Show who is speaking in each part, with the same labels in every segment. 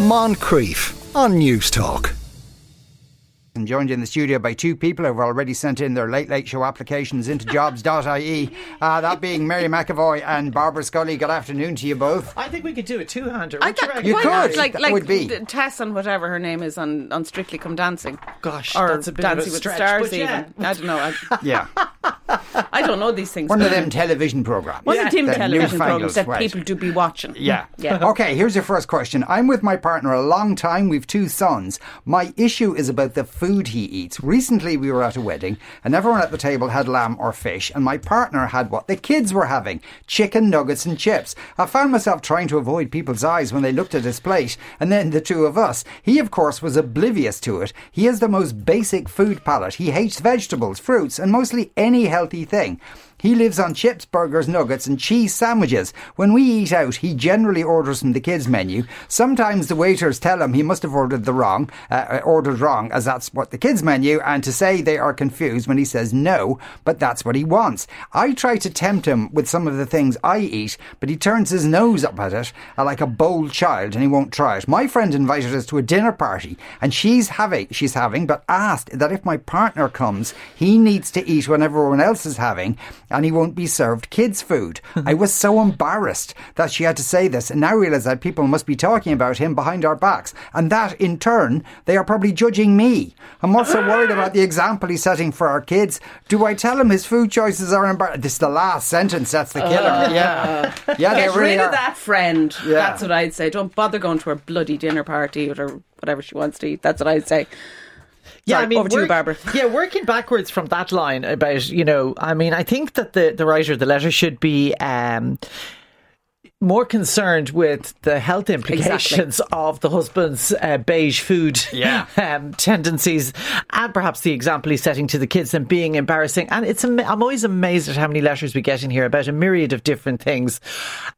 Speaker 1: Moncrief on News Talk.
Speaker 2: I'm joined in the studio by two people who've already sent in their late late show applications into jobs.ie. Uh, that being Mary McAvoy and Barbara Scully. Good afternoon to you both.
Speaker 3: I think we could do a two-hander.
Speaker 4: I
Speaker 3: What do
Speaker 4: thought-
Speaker 3: reckon?
Speaker 4: why
Speaker 2: could.
Speaker 4: not? Like,
Speaker 2: That
Speaker 4: like
Speaker 2: would be.
Speaker 4: th- Tess on whatever her name is on, on Strictly Come Dancing.
Speaker 3: Gosh,
Speaker 4: or
Speaker 3: that's a bit of a
Speaker 4: Dancing with
Speaker 3: stretch,
Speaker 4: Stars.
Speaker 3: but yeah.
Speaker 4: Even I don't know. I,
Speaker 2: Yeah.
Speaker 4: I don't know these things.
Speaker 2: One of them television programmes.
Speaker 4: One of the
Speaker 2: The
Speaker 4: television
Speaker 2: newfangled,
Speaker 4: programs that
Speaker 2: right.
Speaker 4: people do be watching.
Speaker 2: Yeah.
Speaker 4: yeah.
Speaker 2: Okay, here's your first question. I'm with my partner a long time. We've two sons. My issue is about the food he eats. Recently, we were at a wedding, and everyone at the table had lamb or fish, and my partner had what the kids were having chicken nuggets and chips. I found myself trying to avoid people's eyes when they looked at his plate, and then the two of us. He, of course, was oblivious to it. He has the most basic food palate. He hates vegetables, fruits, and mostly any healthy thing. He lives on chips, burgers, nuggets, and cheese sandwiches. When we eat out, he generally orders from the kids' menu. Sometimes the waiters tell him he must have ordered the wrong, uh, ordered wrong, as that's what the kids' menu, and to say they are confused when he says no, but that's what he wants. I try to tempt him with some of the things I eat, but he turns his nose up at it uh, like a bold child, and he won't try it. My friend invited us to a dinner party, and she's having, she's having, but asked that if my partner comes, he needs to eat when everyone else is having, and he won't be served kids' food. I was so embarrassed that she had to say this, and now realize that people must be talking about him behind our backs, and that in turn they are probably judging me. I'm also worried about the example he's setting for our kids. Do I tell him his food choices are embarrassing? This is the last sentence. That's the killer. yeah, yeah,
Speaker 4: Uh, Get
Speaker 2: they really
Speaker 4: rid
Speaker 2: are.
Speaker 4: of that friend.
Speaker 2: Yeah.
Speaker 4: That's what I'd say. Don't bother going to her bloody dinner party or whatever she wants to eat. That's what I'd say. Sorry, over to you,
Speaker 3: work-
Speaker 4: Barbara.
Speaker 3: Yeah, working backwards from that line about you know, I mean, I think that the the writer of the letter should be. Um, more concerned with the health implications of the husband's uh, beige food
Speaker 2: Yeah.
Speaker 3: um, tendencies and perhaps the example he's setting to the kids and being embarrassing. And it's ama- I'm always amazed at how many letters we get in here about a myriad of different things,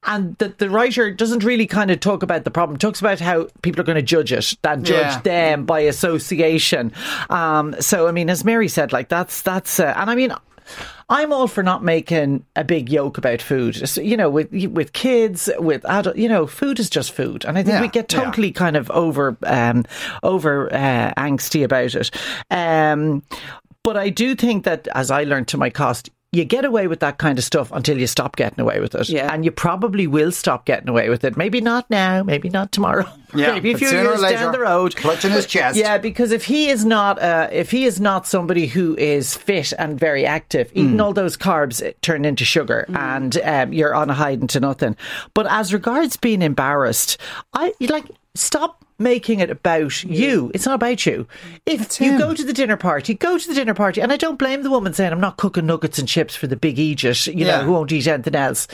Speaker 3: and that the writer doesn't really kind of talk about the problem. Talks about how people are going to judge it and judge
Speaker 2: Yeah.
Speaker 3: them by association. Um, so I mean, as Mary said, like that's that's, uh, and I mean. I'm all for not making a big yoke about food. So, you know, with with kids, with adult, you know, food is just food, and I think
Speaker 2: Yeah,
Speaker 3: we get
Speaker 2: yeah.
Speaker 3: totally kind of over um, over uh, angsty about it. Um, but I do think that, as I learned to my cost. You get away with that kind of stuff until you stop getting away with it.
Speaker 4: Yeah.
Speaker 3: And you probably will stop getting away with it. Maybe not now, maybe not tomorrow.
Speaker 2: Yeah,
Speaker 3: maybe a
Speaker 2: but
Speaker 3: few
Speaker 2: sooner or
Speaker 3: years
Speaker 2: later,
Speaker 3: down the road.
Speaker 2: clutching his chest.
Speaker 3: Yeah, because if he is not uh, if he is not somebody who is fit and very
Speaker 2: Mm.
Speaker 3: active, eating all those carbs it turn into sugar, and um, you're on a hiding to nothing. But as regards being embarrassed, I like stop making it about you. It's not about you. If you go to the dinner party, go to the dinner party, and I don't blame the woman saying I'm not cooking nuggets and chips for the big Aegis, you
Speaker 2: Yeah.
Speaker 3: know, who won't eat anything else,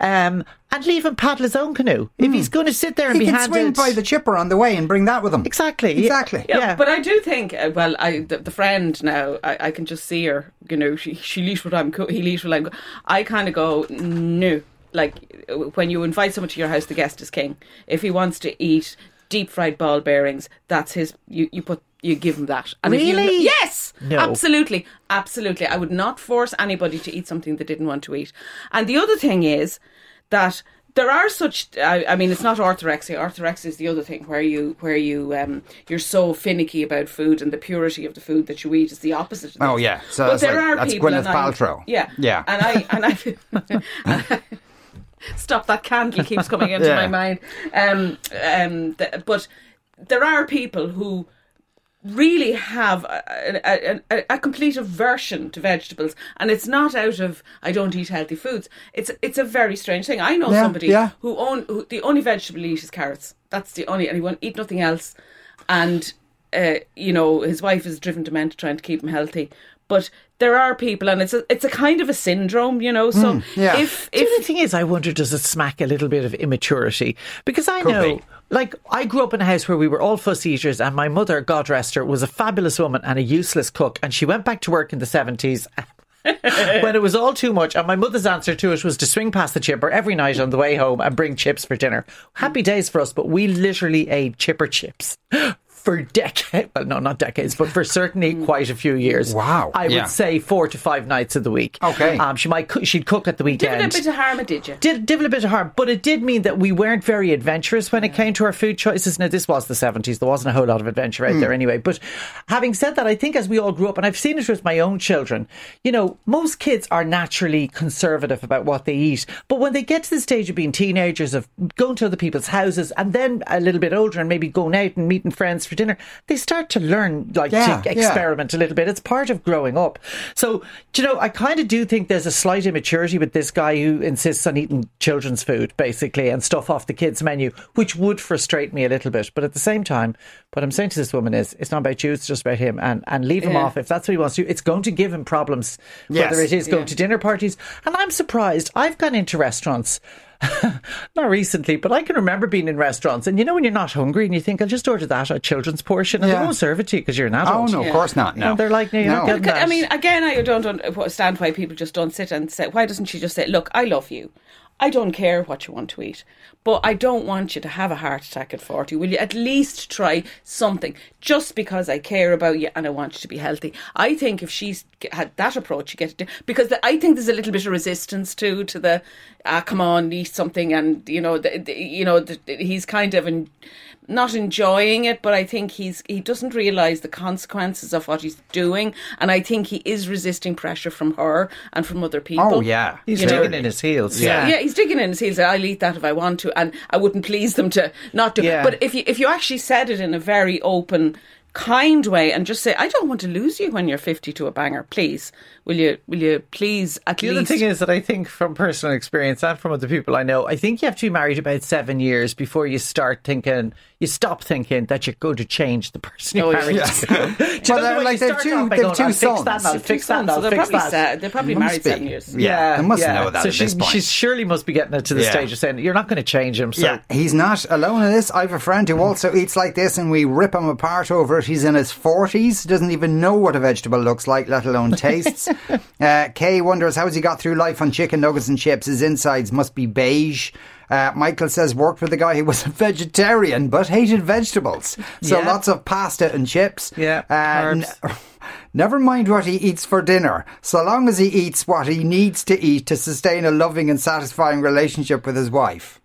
Speaker 3: um, and leave him paddle his own canoe. If he's going to sit there and
Speaker 2: Mm. He
Speaker 3: be
Speaker 2: can
Speaker 3: handed
Speaker 2: swing by the chipper on the way and bring that with him.
Speaker 3: Exactly.
Speaker 2: Exactly.
Speaker 3: Yeah.
Speaker 4: But I do think, uh, well, I the, the friend now, I, I can just see her. You know, she she leash what I'm cook, he leash what I'm. cook. I kind of go no. Like uh, when you invite someone to your house, the guest is king. If he wants to eat deep fried ball bearings, that's his. You you put you give him that. And if you-
Speaker 3: Really?
Speaker 4: yes.
Speaker 3: No.
Speaker 4: Absolutely. Absolutely. I would not force anybody to eat something they didn't want to eat. And the other thing is that there are such I, I mean it's not orthorexia orthorexia is the other thing where you where you um you're so finicky about food and the purity of the food that you eat is the opposite of
Speaker 2: Oh,
Speaker 4: this.
Speaker 2: yeah. So that's like- that's
Speaker 4: and
Speaker 2: Gwyneth
Speaker 4: I'm-
Speaker 2: Paltrow.
Speaker 4: yeah
Speaker 2: Yeah.
Speaker 4: and i and i stop that candle keeps coming into
Speaker 2: Yeah.
Speaker 4: my mind um um th- but there are people who really have a, a, a, a complete aversion to vegetables and it's not out of I don't eat healthy foods it's it's a very strange thing I know
Speaker 2: Yeah,
Speaker 4: somebody
Speaker 2: yeah.
Speaker 4: who own who, the only vegetable he eats is carrots that's the only and he won't eat nothing else and uh, you know his wife is driven to men to trying to keep him healthy but there are people and it's a, it's a kind of a syndrome you know so
Speaker 2: Hmm, yeah.
Speaker 4: if
Speaker 3: Do you know
Speaker 4: if
Speaker 3: the thing is, I wonder does it smack a little bit of immaturity? Because I know,
Speaker 2: be.
Speaker 3: like, I grew up in a house where we were all fuss eaters, and my mother, God rest her, was a fabulous woman and a useless cook, and she went back to work in the 70s. when it was all too much, and my mother's answer to it was to swing past the chipper every night on the way home and bring chips for dinner. Happy days for us, but we literally ate chipper chips for decades, well, no, not decades, but for certainly quite a few years.
Speaker 2: Wow.
Speaker 3: I
Speaker 2: Yeah.
Speaker 3: would say four to five nights of the week.
Speaker 2: Okay.
Speaker 3: Um, she might, coo- she'd cook at the
Speaker 4: Did
Speaker 3: weekend.
Speaker 4: it a bit of harm, it did you?
Speaker 3: did did a bit of harm, but it did mean that we weren't very adventurous when it came to our food choices. Now, this was the 70s. There wasn't a whole lot of adventure out there
Speaker 2: Hmm.
Speaker 3: anyway. But having said that, I think as we all grew up, and I've seen it with my own children, you know, most kids are naturally conservative about what they eat. But when they get to the stage of being teenagers, of going to other people's houses, and then a little bit older and maybe going out and meeting friends for dinner, they start to learn, like,
Speaker 2: Yeah,
Speaker 3: to
Speaker 2: yeah.
Speaker 3: experiment experiment a little bit. It's part of growing up. So, do you know, I kind of do think there's a slight immaturity with this guy who insists on eating children's food, basically, and stuff off the kids' menu, which would frustrate me a little bit. But at the same time, what I'm saying to this woman is, it's not about you, it's just about him. And, and leave him
Speaker 4: Yeah.
Speaker 3: off if that's what he wants to do. It's going to give him problems,
Speaker 2: Yes.
Speaker 3: whether it is going to dinner parties. And I'm surprised. I've gone into restaurants. not recently, but I can remember being in restaurants, and you know when you're not hungry and you think I'll just order that a children's portion, and
Speaker 2: Yeah.
Speaker 3: they won't serve it to you because you're an adult.
Speaker 2: Oh no, of course not. No,
Speaker 3: And they're like, no, you're not getting
Speaker 4: Could- I
Speaker 3: that.
Speaker 4: mean, again, I don't understand why people just don't sit and say, why doesn't she just say, look, I love you. I don't care what you want to eat, but I don't want you to have a heart attack at 40. Will you at least try something just because I care about you and I want you to be healthy? I think if she's g- had that approach, you get it. di- Because the, I think there's a little bit of resistance too to the, ah, come on, eat something. And, you know, the, the, you know, the, he's kind of in, not enjoying it, but I think he's he doesn't realize the consequences of what he's doing, and I think he is resisting pressure from her and from other people.
Speaker 2: Oh, yeah.
Speaker 3: he's
Speaker 4: you know-
Speaker 3: digging in his heels.
Speaker 2: Yeah.
Speaker 4: yeah, he's digging in his heels. I'll eat that if I want to, and I wouldn't please them to not do.
Speaker 3: Yeah.
Speaker 4: But if you if you actually said it in a very open, kind way, and just say, "I don't want to lose you when you're fifty to a banger. Please, will you? Will you please at
Speaker 3: The other
Speaker 4: least?"
Speaker 3: thing is that I think from personal experience and from other people I know, I think you have to be married about seven years before you start thinking, you stop thinking that you're going to change the person you're
Speaker 4: Oh, yeah.
Speaker 3: married to. Do you
Speaker 2: Well,
Speaker 3: know the
Speaker 2: they're
Speaker 3: way
Speaker 2: like-
Speaker 3: you
Speaker 2: they're
Speaker 3: start
Speaker 2: two-
Speaker 3: off by
Speaker 2: they're
Speaker 3: going,
Speaker 2: two
Speaker 3: "I'll fix
Speaker 2: sons.
Speaker 3: that, now, fix that,
Speaker 4: so
Speaker 3: now,
Speaker 4: they're
Speaker 3: fix that.
Speaker 4: probably sa- they're probably married
Speaker 2: be.
Speaker 4: seven years.
Speaker 2: Yeah, they must know that
Speaker 3: So
Speaker 2: at
Speaker 3: she,
Speaker 2: this point.
Speaker 3: she surely must be getting it to the
Speaker 2: Yeah.
Speaker 3: stage of saying, you're not going to change him. So
Speaker 2: Yeah, he's not alone in this. I have a friend who also eats like this, and we rip him apart over it. He's in his 40s, doesn't even know what a vegetable looks like, let alone tastes. uh, Kay wonders how's he got through life on chicken nuggets and chips. His insides must be beige. Uh, Michael says worked with a guy who was a vegetarian but hated vegetables. So
Speaker 3: Yeah.
Speaker 2: lots of pasta and chips.
Speaker 3: Yeah,
Speaker 2: And Never mind what he eats for dinner, so long as he eats what he needs to eat to sustain a loving and satisfying relationship with his wife.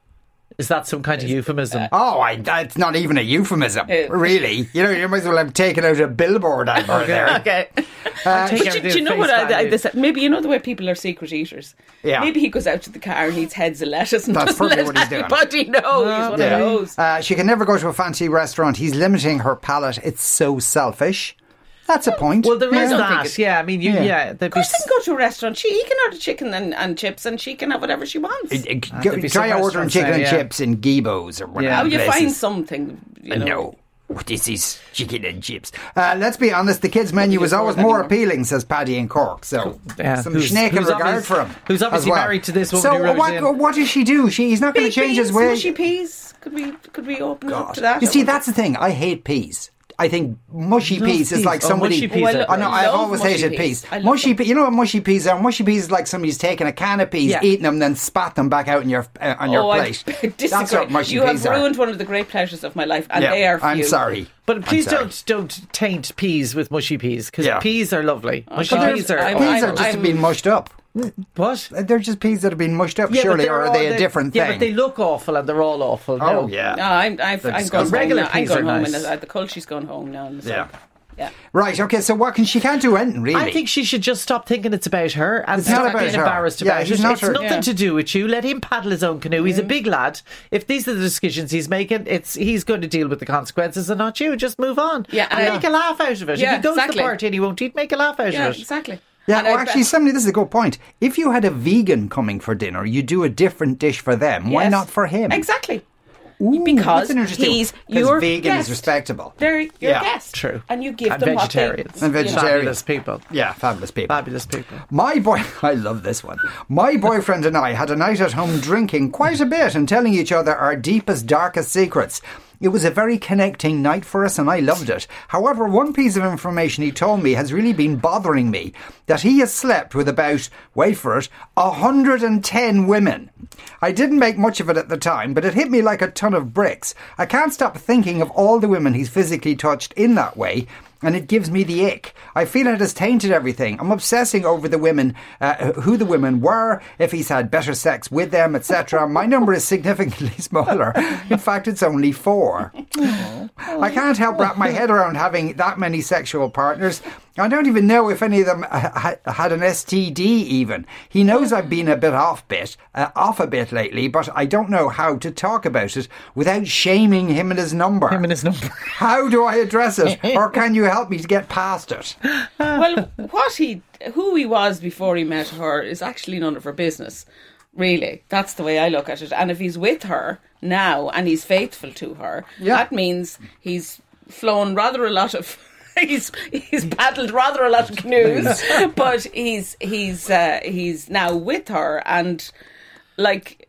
Speaker 3: is that some kind of euphemism?
Speaker 2: Oh, I, that's not even a euphemism,
Speaker 4: Eh.
Speaker 2: really. You know, you might as well have taken out a billboard over there.
Speaker 4: Okay.
Speaker 3: take
Speaker 4: But do,
Speaker 3: everything
Speaker 4: Uh, do you know
Speaker 3: at
Speaker 4: what?
Speaker 3: face
Speaker 4: I, I,
Speaker 3: value.
Speaker 4: this, maybe you know the way people are secret eaters.
Speaker 2: Yeah.
Speaker 4: Maybe he goes out to the car and eats heads of lettuce and
Speaker 2: That's
Speaker 4: doesn't
Speaker 2: probably
Speaker 4: let
Speaker 2: what he's doing.
Speaker 4: anybody know he's one
Speaker 2: Yeah.
Speaker 4: of those.
Speaker 2: Uh, she can never go to a fancy restaurant. He's limiting her palate. It's so selfish. That's a point.
Speaker 3: Well, there
Speaker 4: I
Speaker 3: is
Speaker 4: don't think
Speaker 3: that.
Speaker 4: it's-
Speaker 3: Yeah, I mean, you,
Speaker 2: Yeah.
Speaker 3: yeah. there'd
Speaker 4: Of
Speaker 3: be
Speaker 4: course, they can go to a restaurant. She he can order chicken and, and chips, and she can have whatever she wants.
Speaker 2: Uh, go-
Speaker 3: there'd be
Speaker 2: try
Speaker 3: some
Speaker 2: ordering
Speaker 3: restaurants
Speaker 2: chicken
Speaker 3: now,
Speaker 2: and
Speaker 3: yeah.
Speaker 2: chips in Gibo's or whatever.
Speaker 3: Yeah.
Speaker 4: How you
Speaker 2: places.
Speaker 4: find something? You know.
Speaker 2: Uh, No. This is chicken and chips. Uh, let's be honest, the kids' menu was always more
Speaker 4: anymore.
Speaker 2: appealing, says Paddy in Cork. So,
Speaker 3: Yeah.
Speaker 2: some
Speaker 3: Who's-
Speaker 2: snake in
Speaker 3: who's
Speaker 2: regard
Speaker 3: obvious-
Speaker 2: for him.
Speaker 3: who's
Speaker 2: as
Speaker 3: obviously
Speaker 2: well.
Speaker 3: married to this woman
Speaker 2: So,
Speaker 3: who wrote
Speaker 2: what,
Speaker 3: in.
Speaker 2: what does she do? She, he's not going to
Speaker 4: Big
Speaker 2: change his
Speaker 4: peas,
Speaker 2: way.
Speaker 4: mushy peas. Could we could we open up to
Speaker 2: God.
Speaker 4: that?
Speaker 2: You
Speaker 4: I
Speaker 2: see,
Speaker 4: wonder.
Speaker 2: that's the thing. I hate peas. I think mushy
Speaker 3: Love
Speaker 2: peas is
Speaker 3: peas.
Speaker 2: like
Speaker 3: Oh,
Speaker 2: somebody.
Speaker 3: mushy peas Oh, I are lo-
Speaker 2: Oh, no,
Speaker 4: I
Speaker 2: I've
Speaker 4: love
Speaker 2: always
Speaker 4: mushy
Speaker 2: hated
Speaker 4: peas.
Speaker 2: peas.
Speaker 4: I love
Speaker 2: Mushy,
Speaker 4: them.
Speaker 2: pe- you know what mushy peas are? Mushy peas is like somebody's taken a can of peas,
Speaker 3: Yeah.
Speaker 2: eaten them, then spat them back out in your uh, on your
Speaker 4: oh, I
Speaker 2: plate.
Speaker 4: disagree.
Speaker 2: That's what mushy
Speaker 4: you
Speaker 2: peas
Speaker 4: have
Speaker 2: are.
Speaker 4: ruined one of the great pleasures of my life, and
Speaker 2: Yeah,
Speaker 4: they are. Few.
Speaker 2: I'm sorry, I'm
Speaker 3: But please
Speaker 2: sorry.
Speaker 3: don't don't taint peas with mushy peas because
Speaker 2: Yeah.
Speaker 3: peas are lovely. Mushy
Speaker 4: but
Speaker 3: peas
Speaker 4: they're-
Speaker 3: are
Speaker 4: I'm-
Speaker 2: Peas
Speaker 4: I'm-
Speaker 2: are just
Speaker 4: I'm-
Speaker 2: being mushed up.
Speaker 3: what?
Speaker 2: They're just peas that have been mushed up, surely,
Speaker 3: they're
Speaker 2: or are
Speaker 3: all-
Speaker 2: they a
Speaker 3: they're-
Speaker 2: different
Speaker 3: yeah,
Speaker 2: thing?
Speaker 3: but they look awful and they're all awful.
Speaker 2: oh
Speaker 3: no.
Speaker 2: yeah.
Speaker 4: No, I'm I've, I'm going
Speaker 2: disgusting.
Speaker 4: home
Speaker 3: Regular
Speaker 4: now. I'm
Speaker 3: peas
Speaker 4: going
Speaker 3: are
Speaker 4: home,
Speaker 3: nice.
Speaker 4: and uh, the culture's gone home now. and so-
Speaker 2: Yeah.
Speaker 4: yeah.
Speaker 2: Right. Okay. So what can she can't do anything really?
Speaker 3: I think she should just stop thinking it's about her and
Speaker 2: not
Speaker 3: stop
Speaker 2: about
Speaker 3: being
Speaker 2: her.
Speaker 3: embarrassed
Speaker 2: Yeah,
Speaker 3: about
Speaker 2: she's
Speaker 3: it.
Speaker 2: not
Speaker 3: it's
Speaker 2: her-
Speaker 3: nothing
Speaker 4: Yeah.
Speaker 3: to do with you. Let him paddle his own canoe. He's a big lad. If these are the decisions he's making, it's he's going to deal with the consequences and not you. Just move on.
Speaker 4: Yeah,
Speaker 3: and
Speaker 4: and I-
Speaker 3: make a laugh out of it.
Speaker 4: Yeah,
Speaker 3: if he goes to
Speaker 4: exactly.
Speaker 3: the party and he won't eat, make a laugh out
Speaker 4: Yeah,
Speaker 3: of it.
Speaker 4: exactly.
Speaker 2: Yeah,
Speaker 4: And
Speaker 2: well,
Speaker 4: I bet-
Speaker 2: actually, somebody, this is a good point. If you had a vegan coming for dinner, you do a different dish for them. Why
Speaker 4: Yes.
Speaker 2: not for him?
Speaker 4: Exactly.
Speaker 2: Ooh,
Speaker 4: because
Speaker 2: that's an interesting-
Speaker 4: he's
Speaker 2: 'cause
Speaker 4: your
Speaker 2: vegan is
Speaker 4: guest.
Speaker 2: respectable.
Speaker 4: They're your
Speaker 2: Yeah,
Speaker 4: guest.
Speaker 3: True.
Speaker 4: And you give
Speaker 3: and
Speaker 4: them
Speaker 3: vegetarians.
Speaker 4: what
Speaker 2: And
Speaker 4: they, you know.
Speaker 2: vegetarian.
Speaker 3: Fabulous people.
Speaker 2: Yeah, fabulous people.
Speaker 3: Fabulous people.
Speaker 2: My boy, I love this one. My boyfriend and I had a night at home drinking quite a bit and telling each other our deepest, darkest secrets. It was a very connecting night for us and I loved it. However, one piece of information he told me has really been bothering me that he has slept with about, wait for it, 110 women. I didn't make much of it at the time, but it hit me like a ton of bricks. I can't stop thinking of all the women he's physically touched in that way and it gives me the ick. I feel it has tainted everything. I'm obsessing over the women, uh, who the women were, if he's had better sex with them, etc. My number is significantly smaller. In fact, it's only four. I can't help wrap my head around having that many sexual partners. I don't even know if any of them ha- ha- had an STD. Even he knows I've been a bit off bit, uh, off a bit lately, but I don't know how to talk about it without shaming him and his number.
Speaker 3: Him and his number.
Speaker 2: How do I address it, or can you help me to get past it?
Speaker 4: well, what he, who he was before he met her is actually none of her business. Really, that's the way I look at it. And if he's with her now and he's faithful to her,
Speaker 2: Yeah.
Speaker 4: that means he's flown rather a lot of. He's he's paddled rather a lot of canoes, but he's he's uh, he's now with her, and like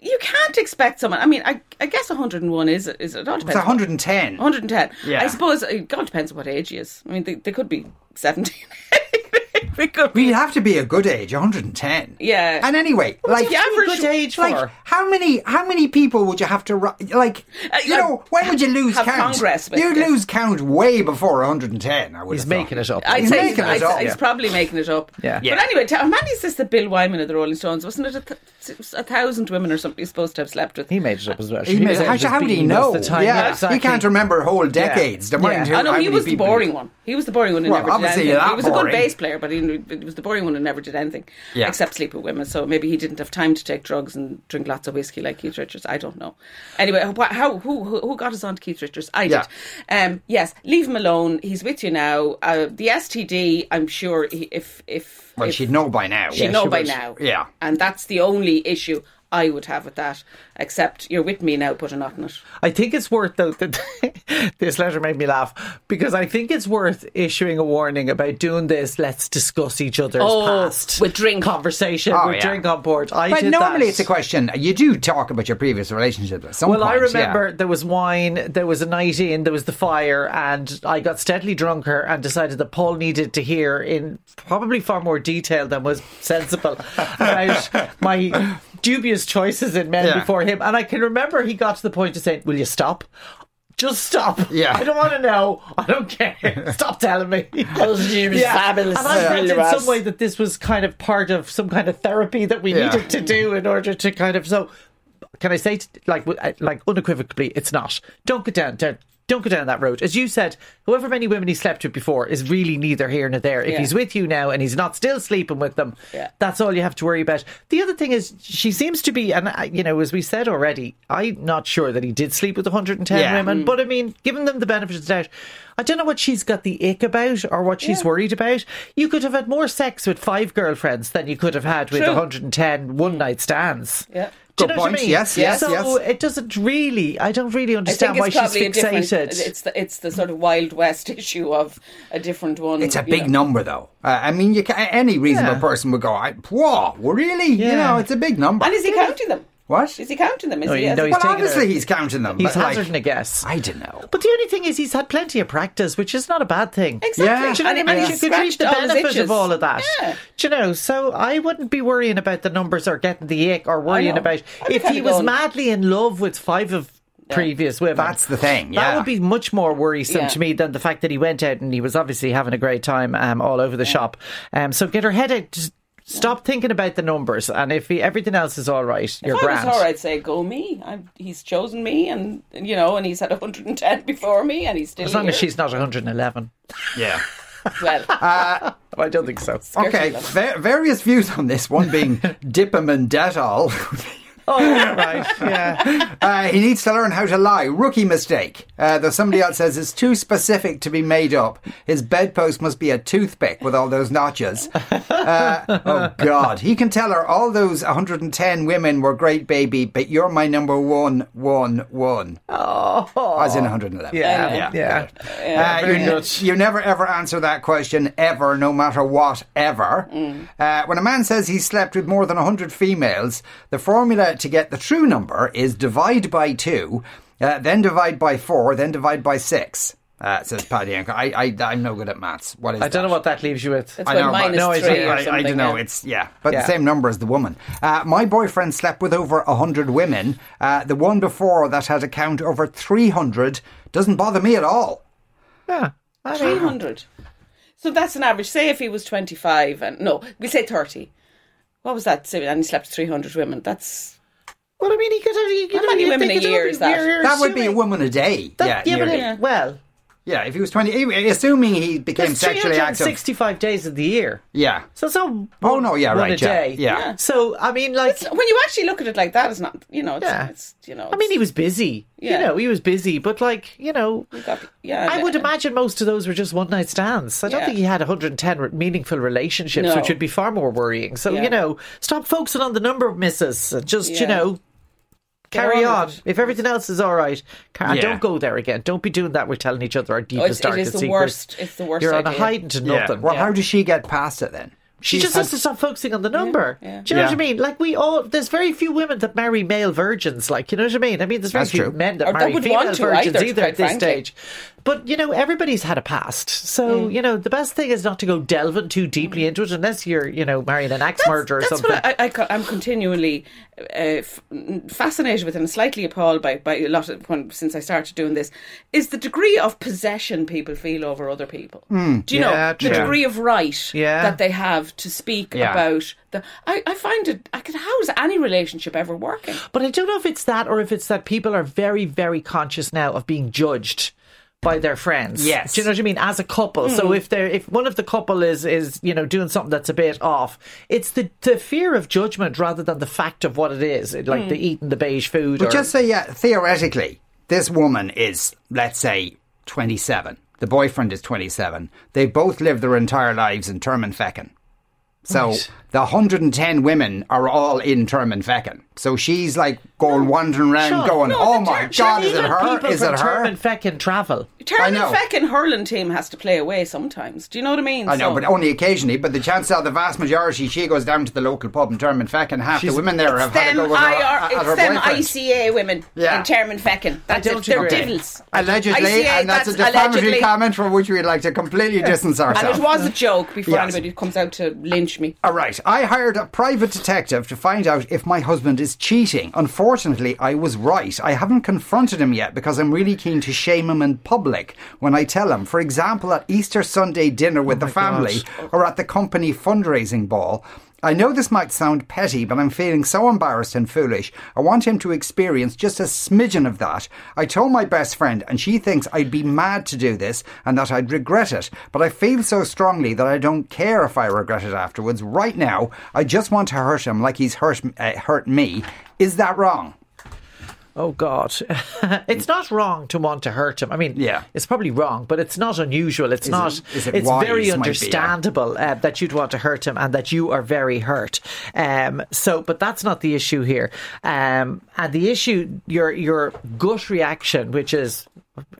Speaker 4: you can't expect someone. I mean, I I guess 101 is is it? all
Speaker 2: It's
Speaker 4: depends
Speaker 2: 110.
Speaker 4: 110.
Speaker 2: Yeah.
Speaker 4: I suppose it God depends on what age he is. I mean, they, they could be 17. they could be.
Speaker 2: We'd have to be a good age, 110.
Speaker 4: Yeah.
Speaker 2: And anyway, like
Speaker 4: do you have to be a good age
Speaker 2: like
Speaker 4: for?
Speaker 2: how many how many people would you have to ru- like
Speaker 4: Uh,
Speaker 2: you
Speaker 4: uh,
Speaker 2: know when would you lose
Speaker 4: have
Speaker 2: count?
Speaker 4: Congress with
Speaker 2: You'd
Speaker 4: this.
Speaker 2: lose count way before 110. I would.
Speaker 3: He's
Speaker 2: have thought.
Speaker 3: making it up.
Speaker 4: I'd
Speaker 2: He's
Speaker 4: say
Speaker 2: making
Speaker 4: I'd
Speaker 2: it up.
Speaker 4: say He's probably making it up.
Speaker 3: Yeah.
Speaker 2: Yeah.
Speaker 4: But anyway, t- Mandy says that Bill Wyman of the Rolling Stones wasn't it a, th- a thousand women or something he's supposed to have slept with?
Speaker 3: He made it up as well.
Speaker 2: He made, how, how did he know?
Speaker 3: The time.
Speaker 2: Yeah,
Speaker 3: Yeah, exactly.
Speaker 2: he can't remember whole decades. Yeah. Mind
Speaker 3: Yeah.
Speaker 2: who-
Speaker 4: Oh no,
Speaker 2: how
Speaker 4: he
Speaker 2: many
Speaker 4: was the
Speaker 2: people-
Speaker 4: boring one. He was the boring one and
Speaker 2: Well,
Speaker 4: never did
Speaker 2: obviously
Speaker 4: anything.
Speaker 2: that
Speaker 4: he was a
Speaker 2: boring.
Speaker 4: good bass player, but he, he was the boring one and never did anything
Speaker 2: Yeah.
Speaker 4: except sleep with women. So maybe he didn't have time to take drugs and drink lots of whiskey like Keith Richards. I don't know. Anyway, wh- how who who who got us onto Keith Richards? I did. Um, yes, leave him alone. He's with you now. Uh, the STD, I'm sure he, if if
Speaker 2: Well,
Speaker 4: if-
Speaker 2: she'd know by now.
Speaker 4: she'd know
Speaker 3: she
Speaker 4: by
Speaker 3: would.
Speaker 4: now.
Speaker 2: Yeah.
Speaker 4: and that's the only issue I would have with that. Except you're with me now, put a knot in it.
Speaker 3: I think it's worth though that this letter made me laugh because I think it's worth issuing a warning about doing this. Let's discuss each other's
Speaker 4: Oh,
Speaker 3: past
Speaker 4: with drink.
Speaker 3: conversation.
Speaker 2: Oh,
Speaker 3: with
Speaker 2: yeah.
Speaker 3: drink on board. I
Speaker 2: But
Speaker 3: did
Speaker 2: normally
Speaker 3: that.
Speaker 2: it's a question. You do talk about your previous relationship at some
Speaker 3: Well, I
Speaker 2: point, yeah.
Speaker 3: remember there was wine, there was a night in, there was the fire, and I got steadily drunker and decided that Paul needed to hear in probably far more detail than was sensible about my dubious choices in men
Speaker 2: Yeah.
Speaker 3: before him. And I can remember he got to the point of saying, Will you stop? Just stop.
Speaker 2: Yeah.
Speaker 3: I don't want to know. I don't care. Stop telling me.
Speaker 4: Yeah.
Speaker 3: And I felt in some way that this was kind of part of some kind of therapy that we
Speaker 2: Yeah.
Speaker 3: needed to do in order to kind of so. Can I say t- like w- uh, like unequivocally, it's not. Don't go down there. Don't go down that road. As you said, however many women he slept with before is really neither here nor there. If
Speaker 4: Yeah.
Speaker 3: he's with you now and he's not still sleeping with them,
Speaker 4: Yeah.
Speaker 3: that's all you have to worry about. The other thing is, she seems to be, and I, you know, as we said already, I'm not sure that he did sleep with 110
Speaker 2: Yeah.
Speaker 3: women, but I mean, giving them the benefit of the doubt, I don't know what she's got the ick about or what she's worried about. You could have had more sex with five girlfriends than you could have had with
Speaker 4: True.
Speaker 3: 110 one night stands.
Speaker 4: Yeah.
Speaker 3: Do you
Speaker 2: Good
Speaker 3: know what I
Speaker 2: point.
Speaker 3: mean?
Speaker 2: Yes, yes,
Speaker 3: so
Speaker 2: yes.
Speaker 3: it doesn't really, I don't really understand why she's
Speaker 4: a different.
Speaker 3: fixated.
Speaker 4: It's the it's the sort of wild west issue of a different one.
Speaker 2: It's a
Speaker 4: you
Speaker 2: big
Speaker 4: know.
Speaker 2: number, though. Uh, I mean, you ca any reasonable
Speaker 3: Yeah.
Speaker 2: person would go, I, "Whoa, really? You
Speaker 3: Yeah.
Speaker 2: know, it's a big number."
Speaker 4: And is he counting them?
Speaker 2: What?
Speaker 4: is he counting them? Is
Speaker 3: No,
Speaker 4: he?
Speaker 3: Oh, you
Speaker 4: is
Speaker 3: know
Speaker 4: he-
Speaker 3: he's
Speaker 2: well,
Speaker 3: taking
Speaker 2: obviously
Speaker 3: a-
Speaker 2: he's counting them.
Speaker 3: He's
Speaker 2: but, like,
Speaker 3: hazarding a guess.
Speaker 2: I don't know.
Speaker 3: But the only thing is, he's had plenty of practice, which is not a bad thing.
Speaker 4: Exactly.
Speaker 2: Yeah.
Speaker 3: Do you know
Speaker 4: And
Speaker 3: what I mean?
Speaker 4: he
Speaker 3: You could reap
Speaker 4: scratched
Speaker 3: the
Speaker 4: all his
Speaker 3: benefit
Speaker 4: itches.
Speaker 3: of all of that.
Speaker 4: Yeah.
Speaker 3: Do you know? So I wouldn't be worrying about the numbers or getting the ick or worrying
Speaker 4: know.
Speaker 3: about
Speaker 4: I'd be
Speaker 3: if he
Speaker 4: kinda
Speaker 3: was
Speaker 4: going-
Speaker 3: madly in love with five of previous women.
Speaker 2: That's the thing, yeah.
Speaker 3: That would be much more worrisome
Speaker 4: Yeah.
Speaker 3: to me than the fact that he went out and he was obviously having a great time um, all over the shop. Um, so get her head out. Just stop thinking about the numbers, and if he, everything else is all right,
Speaker 4: If
Speaker 3: you're
Speaker 4: I was
Speaker 3: grand.
Speaker 4: her, I'd say go me. I'm, he's chosen me, and you know, and he's had 110 before me, and he's still
Speaker 3: As long
Speaker 4: here.
Speaker 3: as she's not 111.
Speaker 2: Yeah.
Speaker 4: well.
Speaker 3: I don't think so.
Speaker 2: Okay.
Speaker 4: enough.
Speaker 2: va- various views on this. One being Dipham and Dettol.
Speaker 3: Oh, right. Yeah.
Speaker 2: uh, he needs to learn how to lie. Rookie mistake. Uh, though somebody else says it's too specific to be made up. His bedpost must be a toothpick with all those notches. Uh, oh God. He can tell her all those 110 women were great, baby, but you're my number one, one, one. Oh. As in 111.
Speaker 3: Yeah. Yeah.
Speaker 2: Uh,
Speaker 3: very
Speaker 2: you,
Speaker 3: good.
Speaker 2: you never ever answer that question ever, no matter what, ever.
Speaker 3: Mm.
Speaker 2: Uh, when a man says he's slept with more than 100 females, the formula to get the true number is divide by two Uh, then divide by four, then divide by six, uh, says Paddy Anchor. I, I, I'm no good at maths. What is
Speaker 3: I don't
Speaker 2: that?
Speaker 3: know what that leaves you with.
Speaker 4: It's I know, minus
Speaker 3: no
Speaker 4: three
Speaker 3: idea.
Speaker 4: or
Speaker 2: I, I
Speaker 4: something,
Speaker 2: don't know.
Speaker 4: yeah.
Speaker 2: It's yeah, but
Speaker 3: Yeah.
Speaker 2: the same number as the woman. Uh, my boyfriend slept with over hundred women. Uh, the one before that had a count over three hundred. Doesn't bother me at all.
Speaker 3: Yeah. I
Speaker 4: Three
Speaker 3: mean,
Speaker 4: hundred. So that's an average. Say if he was twenty five, and no, we say thirty. What was that? Say- And he slept three hundred women. That's
Speaker 3: well, I mean, you could have. You could
Speaker 4: How many
Speaker 3: you
Speaker 4: women
Speaker 3: think
Speaker 4: a
Speaker 3: it
Speaker 4: year
Speaker 3: all-
Speaker 4: is that?
Speaker 3: you're
Speaker 2: That would be a
Speaker 3: assuming-
Speaker 2: woman a day.
Speaker 3: That, yeah, but
Speaker 2: nearly.
Speaker 3: it- well,
Speaker 2: yeah. If he was twenty, he- assuming he became
Speaker 3: it's
Speaker 2: sexually active.
Speaker 3: 365 days of the year.
Speaker 2: Yeah.
Speaker 3: So it's all.
Speaker 2: Oh, no, yeah,
Speaker 3: one
Speaker 2: right,
Speaker 3: a
Speaker 2: yeah,
Speaker 3: day.
Speaker 2: yeah. Yeah.
Speaker 3: So I mean, like,
Speaker 4: when you actually look at it like that, it's not. You know, it's,
Speaker 3: Yeah.
Speaker 4: it's you know.
Speaker 3: I mean, he
Speaker 4: it's-
Speaker 3: was busy. You
Speaker 4: Yeah.
Speaker 3: know, he was busy, but like, you know,
Speaker 4: you got- yeah.
Speaker 3: I would
Speaker 4: and-
Speaker 3: imagine most of those were just one night stands. I don't
Speaker 4: Yeah.
Speaker 3: think he had 110 re- meaningful relationships,
Speaker 4: No.
Speaker 3: which would be far more worrying. So
Speaker 4: Yeah.
Speaker 3: you know, stop focusing on the number of misses. and Just you
Speaker 4: Yeah.
Speaker 3: know. Carry
Speaker 4: on
Speaker 3: on.
Speaker 4: with it.
Speaker 3: If everything else is all right, Car- and
Speaker 2: Yeah.
Speaker 3: don't go there again. Don't be doing that. We're telling each other our deepest,
Speaker 4: Oh, it is
Speaker 3: darkest
Speaker 4: the
Speaker 3: secrets.
Speaker 4: worst- it's the worst
Speaker 3: You're on a
Speaker 4: idea.
Speaker 3: hide into
Speaker 2: Yeah.
Speaker 3: nothing.
Speaker 2: Well, how does she get past it then?
Speaker 3: She
Speaker 2: She's
Speaker 3: just
Speaker 2: had-
Speaker 3: has to stop focusing on the number.
Speaker 4: yeah.
Speaker 3: Do you know what I
Speaker 2: Yeah.
Speaker 3: mean? Like we all, there's very few women that marry male virgins. Like you know what I mean? I mean, there's very
Speaker 2: That's
Speaker 3: few
Speaker 2: true.
Speaker 3: men that
Speaker 4: Or that
Speaker 3: marry
Speaker 4: would
Speaker 3: female
Speaker 4: want to
Speaker 3: virgins either,
Speaker 4: either, quite
Speaker 3: at this
Speaker 4: frankly.
Speaker 3: stage. But you know, everybody's had a past, so you know the best thing is not to go delving too deeply into it, unless you're you know marrying an axe murderer or
Speaker 4: Mm. That's
Speaker 3: something.
Speaker 4: what I, I, co- I'm continually uh, f- fascinated with and slightly appalled by, by a lot of when, since I started doing this is the degree of possession people feel over other people. Do you
Speaker 3: yeah,
Speaker 4: know the
Speaker 3: true.
Speaker 4: degree of right
Speaker 3: Yeah.
Speaker 4: that they have to speak
Speaker 2: Yeah.
Speaker 4: about the? I, I find it. I could, how is any relationship ever working?
Speaker 3: But I don't know if it's that or if it's that people are very, very conscious now of being judged by their friends.
Speaker 2: Yes. Hmm.
Speaker 3: Do you know what I mean? As a couple. So if they're if one of the couple is is, you know, doing something that's a bit off, it's the, the fear of judgment rather than the fact of what it is. Like the eating the beige food or
Speaker 2: Hmm. But just say, yeah, theoretically, this woman is, let's say, 27. The boyfriend is 27. They both live their entire lives in Term and Feckin. So the 110 women are all in Term and Feckin. So she's like going wandering around
Speaker 3: Sean,
Speaker 2: going,
Speaker 3: no,
Speaker 2: oh
Speaker 4: the
Speaker 2: my
Speaker 4: Ter-
Speaker 2: God, is it
Speaker 4: Sean,
Speaker 3: Even
Speaker 2: her?
Speaker 3: people
Speaker 2: Is
Speaker 3: from
Speaker 2: it
Speaker 3: Term
Speaker 2: her?
Speaker 3: and feckin' travel.
Speaker 2: I
Speaker 4: Turn
Speaker 2: know.
Speaker 4: and feckin' hurling team has to play away sometimes. Do you know what I mean?
Speaker 2: I know,
Speaker 4: So-
Speaker 2: but only occasionally. But the chance are the vast majority, she goes down to the local pub in Term and Feckin. Half the women there have
Speaker 4: it's
Speaker 2: had a
Speaker 4: them,
Speaker 2: go with her,
Speaker 4: IR,
Speaker 2: at her
Speaker 4: it's them
Speaker 2: boyfriend.
Speaker 4: ICA women
Speaker 2: Yeah.
Speaker 4: in Termin Feckin. That's
Speaker 3: don't
Speaker 4: it. They're
Speaker 3: agree.
Speaker 4: divils.
Speaker 2: Allegedly,
Speaker 4: ICA,
Speaker 2: and that's, a
Speaker 4: that's
Speaker 2: defamatory
Speaker 4: allegedly.
Speaker 2: comment from which we'd like to completely distance
Speaker 4: And
Speaker 2: ourselves.
Speaker 4: it was a joke before
Speaker 2: Yes.
Speaker 4: anybody comes out to lynch me.
Speaker 2: All right, I hired a private detective to find out if my husband is cheating. Unfortunately, I was right. I haven't confronted him yet because I'm really keen to shame him in public when I tell him. For example, at Easter Sunday dinner with the family or at the company fundraising ball. I know this might sound petty, but I'm feeling so embarrassed and foolish. I want him to experience just a smidgen of that. I told my best friend, and she thinks I'd be mad to do this and that I'd regret it, but I feel so strongly that I don't care if I regret it afterwards. Right now, I just want to hurt him like he's hurt, uh, hurt me. Is that wrong?
Speaker 3: Oh God, it's not wrong to want to hurt him. I mean,
Speaker 2: Yeah.
Speaker 3: it's probably wrong, but it's not unusual. It's not.
Speaker 2: is it
Speaker 3: it's
Speaker 2: wise might be,
Speaker 3: very
Speaker 2: yeah.
Speaker 3: understandable uh, that you'd want to hurt him and that you are very hurt. Um, so, but that's not the issue here. Um, and the issue, your your gut reaction, which is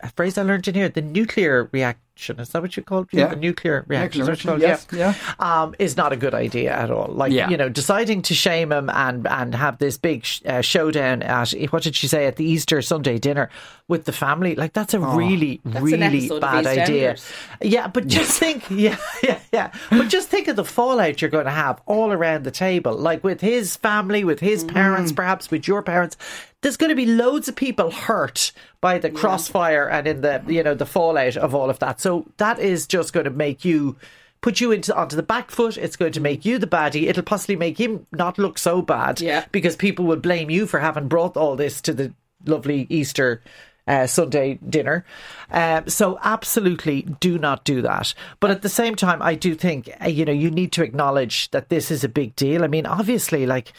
Speaker 3: a phrase I learned in here, the nuclear reaction. Is that what you call it?
Speaker 2: Yeah.
Speaker 3: The nuclear reaction. is that what you
Speaker 2: Nuclear
Speaker 3: call it?
Speaker 2: reaction, yes,
Speaker 3: yeah um, is not a good idea at all. Like
Speaker 2: Yeah.
Speaker 3: you know, deciding to shame him and and have this big sh- uh, showdown at what did she say at the Easter Sunday dinner with the family? Like that's a really
Speaker 4: Oh, an
Speaker 3: really
Speaker 4: episode of
Speaker 3: bad
Speaker 4: Eastenders.
Speaker 3: idea. Yeah, but just think, yeah, yeah, yeah. But just think of the fallout you're going to have all around the table, like with his family, with his parents, perhaps with your parents. There's going to be loads of people hurt by the crossfire and in the you know the fallout of all of that. So that is just going to make you put you into onto the back foot. It's going to make you the baddie. It'll possibly make him not look so bad,
Speaker 4: Yeah.
Speaker 3: because people will blame you for having brought all this to the lovely Easter. Uh, Sunday dinner. Um, so, absolutely do not do that. But at the same time, I do think, uh, you know, you need to acknowledge that this is a big deal. I mean, obviously, like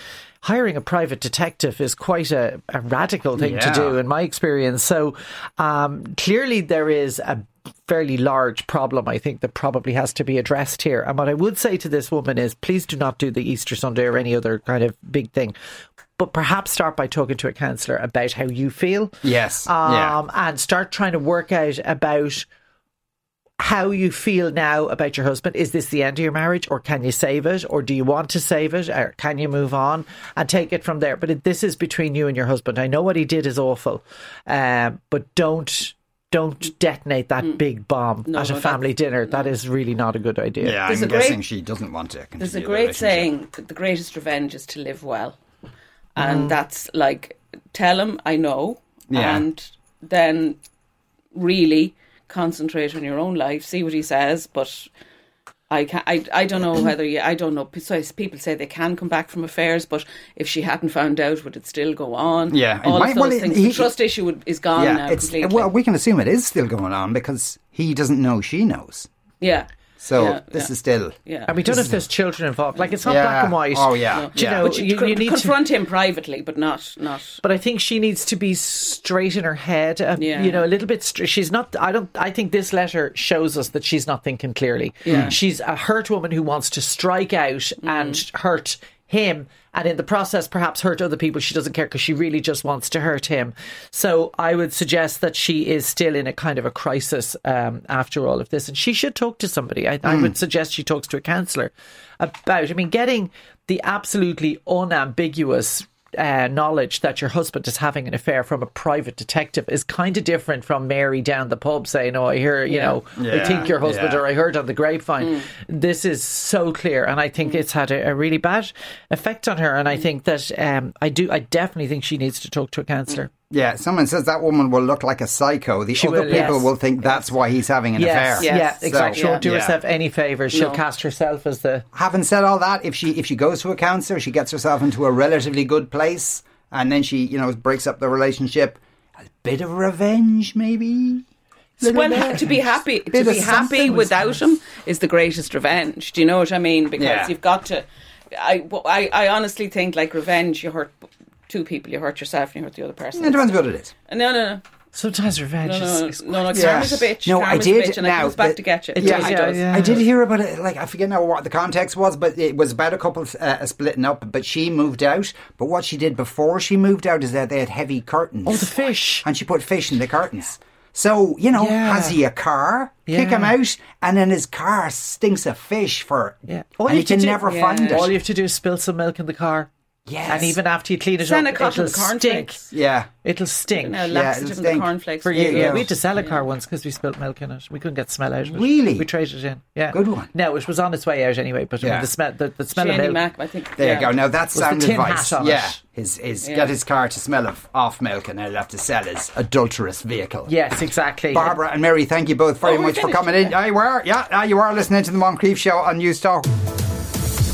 Speaker 3: hiring a private detective is quite a, a radical thing to
Speaker 2: Yeah.
Speaker 3: do in my experience. So um, clearly, there is a fairly large problem, I think, that probably has to be addressed here. And what I would say to this woman is please do not do the Easter Sunday or any other kind of big thing. But perhaps start by talking to a counsellor about how you feel
Speaker 2: Yes.
Speaker 3: um,
Speaker 2: yeah.
Speaker 3: and start trying to work out about how you feel now about your husband. Is this the end of your marriage, or can you save it, or do you want to save it, or can you move on and take it from there? But it, this is between you and your husband. I know what he did is awful, um, but don't don't detonate that big bomb
Speaker 4: Mm. No,
Speaker 3: at a
Speaker 4: no,
Speaker 3: family dinner. That is really not a good idea.
Speaker 2: Yeah,
Speaker 4: There's
Speaker 2: I'm
Speaker 4: a great-
Speaker 2: guessing she doesn't want to. Continue
Speaker 4: There's a
Speaker 2: the
Speaker 4: great
Speaker 2: relationship.
Speaker 4: saying that the greatest revenge is to live well. And that's like, tell him I know.
Speaker 2: Mm. Yeah.
Speaker 4: And then really concentrate on your own life, see what he says. But I can I, I don't know whether you, I don't know. Besides, People say they can come back from affairs, but if she hadn't found out, would it still go on?
Speaker 2: Yeah, it
Speaker 4: All
Speaker 2: might-
Speaker 4: of those
Speaker 2: well, it-
Speaker 4: things.
Speaker 2: he-
Speaker 4: the trust issue would, is gone now
Speaker 2: Yeah, it's
Speaker 4: uh, completely.
Speaker 2: well, we can assume it is still going on because he doesn't know she knows.
Speaker 4: yeah.
Speaker 2: So
Speaker 4: Yeah,
Speaker 2: this
Speaker 4: yeah,
Speaker 2: is still.
Speaker 4: Yeah.
Speaker 3: And we don't know if there's children involved. Like it's not
Speaker 2: Yeah.
Speaker 3: black and white.
Speaker 2: Oh yeah.
Speaker 4: No.
Speaker 3: Do you
Speaker 2: yeah.
Speaker 3: know-
Speaker 4: But you,
Speaker 3: you- you need to-
Speaker 4: confront him privately, but not not.
Speaker 3: But I think she needs to be straight in her head. Uh,
Speaker 4: Yeah.
Speaker 3: You know, a little bit. Str- she's not. I don't. I think this letter shows us that she's not thinking clearly.
Speaker 4: Yeah. Mm.
Speaker 3: She's a hurt woman who wants to strike out and hurt him, and in the process, perhaps hurt other people. She doesn't care because she really just wants to hurt him. So I would suggest that she is still in a kind of a crisis um, after all of this, and she should talk to somebody. I, I
Speaker 4: Mm.
Speaker 3: would suggest she talks to a counsellor about. I mean, getting the absolutely unambiguous uh, knowledge that your husband is having an affair from a private detective is kind of different from Mary down the pub saying, "Oh, I hear, you know, I
Speaker 2: Yeah,
Speaker 3: think your husband,
Speaker 2: yeah.
Speaker 3: or I heard on the grapevine."
Speaker 4: Mm.
Speaker 3: This is so clear, and I think it's had a, a really bad effect on her. And
Speaker 4: Mm.
Speaker 3: I think that um, I do, I definitely think she needs to talk to a counsellor.
Speaker 4: Mm.
Speaker 2: Yeah, someone says that woman will look like a psycho. The other
Speaker 3: will,
Speaker 2: people
Speaker 3: yes.
Speaker 2: will think that's why he's having an
Speaker 3: Yes,
Speaker 2: affair.
Speaker 4: Yes.
Speaker 3: yeah, exactly. She
Speaker 2: So,
Speaker 3: won't do
Speaker 2: yeah.
Speaker 3: herself any favors. She'll
Speaker 4: No.
Speaker 3: cast herself as the
Speaker 2: Having said all that, if she if she goes to a counselor, she gets herself into a relatively good place, and then she you know breaks up the relationship. A bit of revenge, maybe. Little
Speaker 4: Well,
Speaker 2: bit.
Speaker 4: ha- to be happy, to
Speaker 2: Bit of
Speaker 4: be happy
Speaker 2: something was
Speaker 4: without
Speaker 2: nice.
Speaker 4: him is the greatest revenge. Do you know what I mean? Because
Speaker 2: Yeah.
Speaker 4: you've got to. I, w- I- I honestly think like revenge, you hurt b- two people, you hurt yourself, and you hurt the other person.
Speaker 2: It depends what it is.
Speaker 4: No, no, no,
Speaker 3: sometimes revenge
Speaker 4: no,
Speaker 3: is,
Speaker 4: no,
Speaker 3: is
Speaker 4: no, no.
Speaker 2: Yeah.
Speaker 4: Karma's a bitch.
Speaker 2: No, I
Speaker 4: karma's
Speaker 2: did
Speaker 4: A bitch, and it
Speaker 2: now,
Speaker 4: comes back
Speaker 2: but-
Speaker 4: to get you.
Speaker 3: It
Speaker 2: Yeah,
Speaker 3: does,
Speaker 4: I
Speaker 3: yeah,
Speaker 4: does.
Speaker 3: yeah.
Speaker 2: I did hear about it. Like I forget now what the context was, but it was about a couple uh, splitting up. But she moved out. But what she did before she moved out is that they had heavy curtains.
Speaker 3: Oh, the fish.
Speaker 2: and she put fish in the curtains. So you know,
Speaker 3: Yeah.
Speaker 2: has he a car? Kick
Speaker 3: Yeah.
Speaker 2: him out, and then his car stinks of fish for,
Speaker 3: Yeah. All
Speaker 2: and
Speaker 3: you
Speaker 2: he
Speaker 3: have to
Speaker 2: can
Speaker 3: do-
Speaker 2: never
Speaker 4: Yeah.
Speaker 2: find it.
Speaker 3: All you have to do is spill some milk in the car.
Speaker 2: Yes.
Speaker 3: And even after you clean it
Speaker 4: Send a
Speaker 3: up,
Speaker 4: cotton
Speaker 3: it'll
Speaker 4: to
Speaker 3: stink.
Speaker 4: cornflakes.
Speaker 2: yeah,
Speaker 3: It'll stink.
Speaker 4: No,
Speaker 2: it'll
Speaker 4: laxative and
Speaker 2: stink.
Speaker 4: the cornflakes.
Speaker 3: For you,
Speaker 4: There
Speaker 3: yeah.
Speaker 4: go.
Speaker 3: We had to sell a car once because we spilt milk in it. We couldn't get smell out of it.
Speaker 2: Really?
Speaker 3: We traded it in. Yeah.
Speaker 2: Good one.
Speaker 3: No, it was on its way out anyway, but I mean,
Speaker 2: Yeah.
Speaker 3: the smell, the, the smell of
Speaker 4: Shane
Speaker 3: milk.
Speaker 4: Mac, I think.
Speaker 2: there
Speaker 4: yeah.
Speaker 2: you go. Now that's
Speaker 3: Was the
Speaker 2: sound
Speaker 3: tin
Speaker 2: advice.
Speaker 3: hat on
Speaker 2: yeah,
Speaker 3: it?
Speaker 2: his his
Speaker 4: Yeah.
Speaker 2: get his car to smell of off milk, and he'll have to sell his adulterous vehicle.
Speaker 3: Yes, exactly.
Speaker 2: Barbara and Mary, thank you both very
Speaker 4: Oh, we
Speaker 2: much for
Speaker 4: finished,
Speaker 2: coming in.
Speaker 4: yeah.
Speaker 2: I were, yeah, ah, you are listening to the Moncrief Show on News Talk.